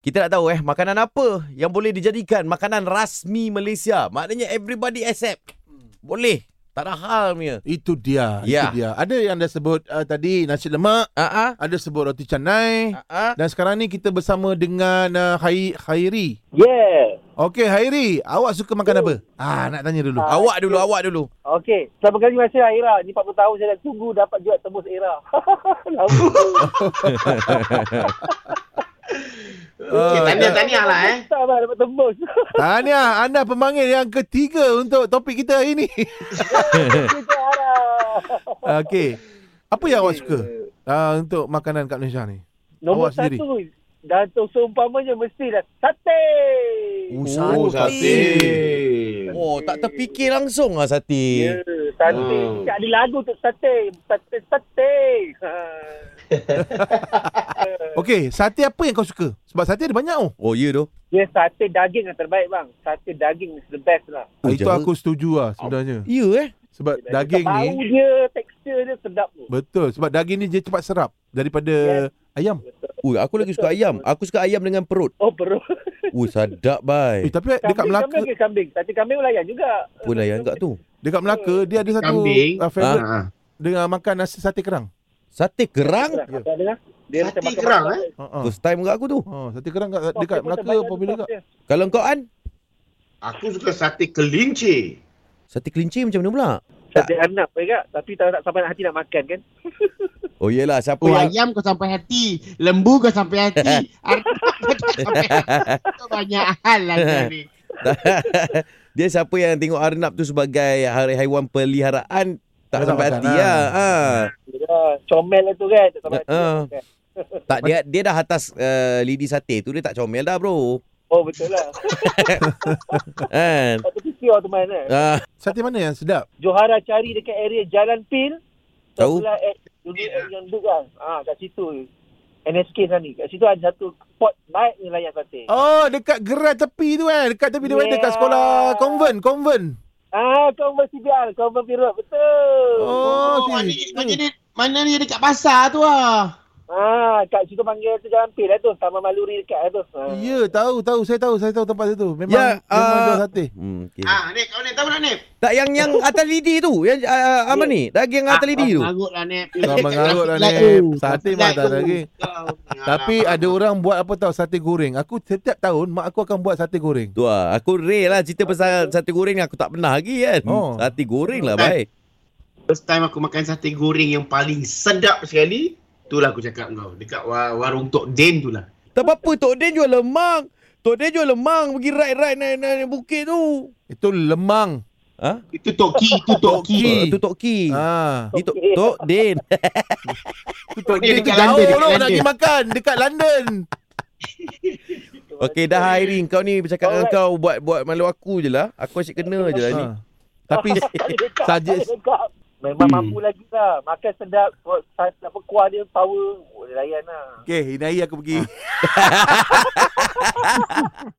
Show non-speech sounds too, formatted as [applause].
Kita nak tahu eh makanan apa yang boleh dijadikan makanan rasmi Malaysia. Maknanya everybody accept. Boleh. Tak ada hal punya. Itu dia, Ya. itu dia. Ada yang dah sebut uh, tadi nasi lemak, Ah ah. ada sebut roti canai Ah ah. dan sekarang ni kita bersama dengan uh, Hai Hairi. Yeah. Okey Hairi, awak suka makan apa? Ah nak tanya dulu. Ah. Awak dulu, awak dulu. Okey. Selama kali masa Aira. Ni 40 tahun saya dah tunggu dapat jual tembus Aira. [laughs] Lama. Okay, Ah, tahniah, tahniah lah eh. Tak lah dapat tembus. [laughs] Tahniah anda pemanggil yang ketiga untuk topik kita hari ni. Kita Aira. Okey. Apa yang awak suka uh, untuk makanan kat Malaysia ni? Nombor Awak sendiri. satu. Datuk seumpamanya mesti dah sate. Oh, sate. Oh, tak terfikir langsung lah Ya, Sati. sate. Hmm. Tak ada lagu untuk sate. Sate, sate. Ha. Okey, sate apa yang kau suka? Sebab sate ada banyak oh. Oh, ya tu. Ya, sate daging yang terbaik bang. Sate daging is the best lah. Oh, Itu jahat. aku setuju lah sebenarnya. Ya eh. Sebab daging ni Bau dia, tekstur dia sedap tu. betul sebab daging ni dia cepat serap daripada ayam. Ui, aku lagi suka ayam. Aku suka ayam dengan perut. Oh, perut. Ui, sadap Eh, bai. tapi dekat Melaka Kambing ke kambing? Sate kambing layan juga. Pun layan kat tu. Dekat Melaka dia ada satu Kambing. uh, favorite Ah, ah. dengan makan nasi sate kerang. Sate kerang. Dia dengar? lah. Dia Sate macam makan kerang, masak. Ha ah. First time kat aku tu. Ha, sate kerang kat, Sos dekat dia pun Melaka terbaik popular lah kat. tu, sos Kalau kau An, Aku suka sate kelinci. sate kelinci macam mana pula? dia. Sate anak baik tak? Tapi tak tak sampai nak hati nak makan kan? Oh, yelah. Siapa Oh, yang... ayam kau sampai hati. Lembu kau sampai hati. Arta kau tak sampai hati. Kau banyak hal lah kau [laughs] ni. [laughs] Dia siapa yang tengok Arnab tu sebagai hari haiwan peliharaan tak Dia tak sampai makan, hati ah. lah. Ha. Dia comel lah tu kan? Tak sampai hati nak Ah. makan. Tak dia dia dah atas uh, lidi sate tu dia tak comel dah bro. Oh betul lah. Kan? Satu sisi orang teman kan? Ah, Sate mana yang sedap? Johara cari dekat area Jalan Pil. Tahu. Sebelah at dunia yang duduk kan? Ha, kat situ. NSK sana lah ni. Kat situ ada satu spot baik ni layan Ah. sate. Oh, dekat gerai tepi tu eh. Dekat tepi yeah. Yeah. dekat sekolah convent, convent. Ah, kau CBR, kau Pirot, betul. Oh, Oh, mana si. ni kau jadi mana ni dekat pasar tu ah. Ah, kat situ panggil tu Jalan Pil lah tu, Taman Maluri dekat lah tu. Ah. Ya, tahu tahu saya tahu saya tahu tempat situ. Memang Ya, yeah, memang ah, jual sate. hmm, okay. Ah, Nip, kau ni tahu tak Nip? Tak yang yang atas lidi tu, yang uh, apa ni? Daging atas lidi tu. Mengarut lah Nep. Tak mengarut lah, Nep. Sate mah tak ada lagi. lah, Tapi ada orang buat apa tahu sate goreng. Aku setiap tahun mak aku akan buat sate goreng. Tu lah, aku rare lah cerita pasal sate goreng ni aku tak pernah lagi kan. Oh. Sate goreng lah baik. First time aku makan sate goreng yang paling sedap sekali, itulah aku cakap kau. Dekat wa- warung Tok Den tu lah. Tak apa-apa, Tok Den jual lemang. Tok Den jual lemang pergi ride-ride naik, naik, naik bukit tu. Itu lemang. Itu Toki, itu Toki. Uh, tu Tok Ki. Ha. Ni Tok, Tok Den. Itu Tok Dia Dia tu dekat jauh tu London, dekat nak London. pergi makan dekat London. Okey dah Hairin kau ni bercakap dengan Alright. kau buat buat malu aku je lah. Aku asyik kena je lah [laughs] ni. Ha. Tapi saja Memang Hmm. mampu lagi lah. Makan sedap, buat sas- nak berkuah dia, power, oh, dia layan lah. Okey, Hinai aku pergi.